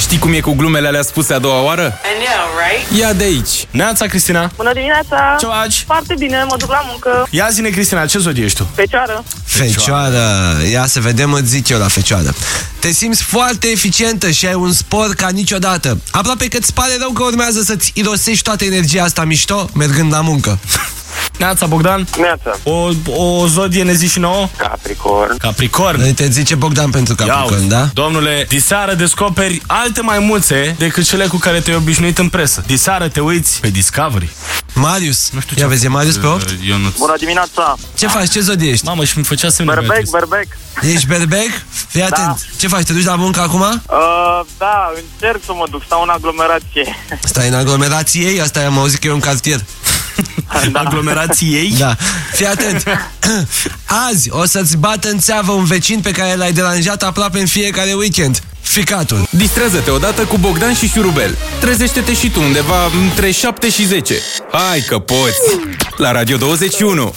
Știi cum e cu glumele alea spuse a doua oară? I know, right? Ia de aici! Neața, Cristina. Bună dimineața! Ce faci? Foarte bine, mă duc la muncă, Ia zine, Cristina, ce zodie ești tu? pe ceară. Fecioară, ia să vedem, îți zic eu la fecioară. Te simți foarte eficientă și ai un spor ca niciodată. Aproape că îți pare rău că urmează să-ți irosești toată energia asta mișto mergând la muncă. Neața, Bogdan. Neața, O, o zodie ne zici și nouă? Capricorn. Capricorn. Noi te zice Bogdan pentru Capricorn, uite. da? Domnule, diseară descoperi alte maimuțe decât cele cu care te-ai obișnuit în presă. Diseară te uiți pe Discovery. Marius, nu știu uh, ia vezi, e Marius pe 8? Eu nu... Bună dimineața! Ce faci, ce zodie ești? Mamă, și mi făcea semne. Berbec, berbec! Ești berbec? Fii atent, ce faci, te duci la muncă acum? Uh, da, încerc să mă duc, stau în aglomerație. Stai în aglomerație, asta am auzit că e un cartier. da. Aglomerații ei? Da. Fii atent. Azi o să-ți bată în țeavă un vecin pe care l-ai deranjat aproape în fiecare weekend. Ficatul. Distrează-te odată cu Bogdan și Șurubel. Trezește-te și tu undeva între 7 și 10. Hai că poți! La Radio 21!